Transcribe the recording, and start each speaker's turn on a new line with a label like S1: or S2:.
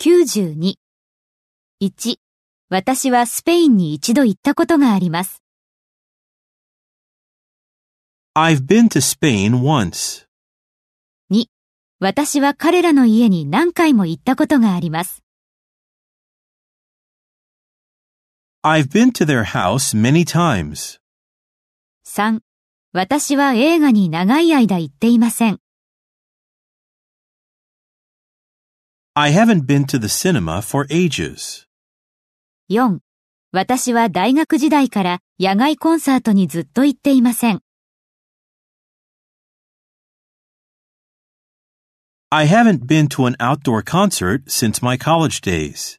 S1: 92。1、私はスペインに一度行ったことがあります。
S2: I've been to Spain once.
S1: 私は彼らの家に何回も行ったことがあります。
S2: I've been to their house many times.
S1: 3、私は映画に長い間行っていません。
S2: I haven't been to the cinema for ages.
S1: 4、私は大学時代から野外コンサートにずっと行っていません。
S2: I haven't been to an outdoor concert since my college days.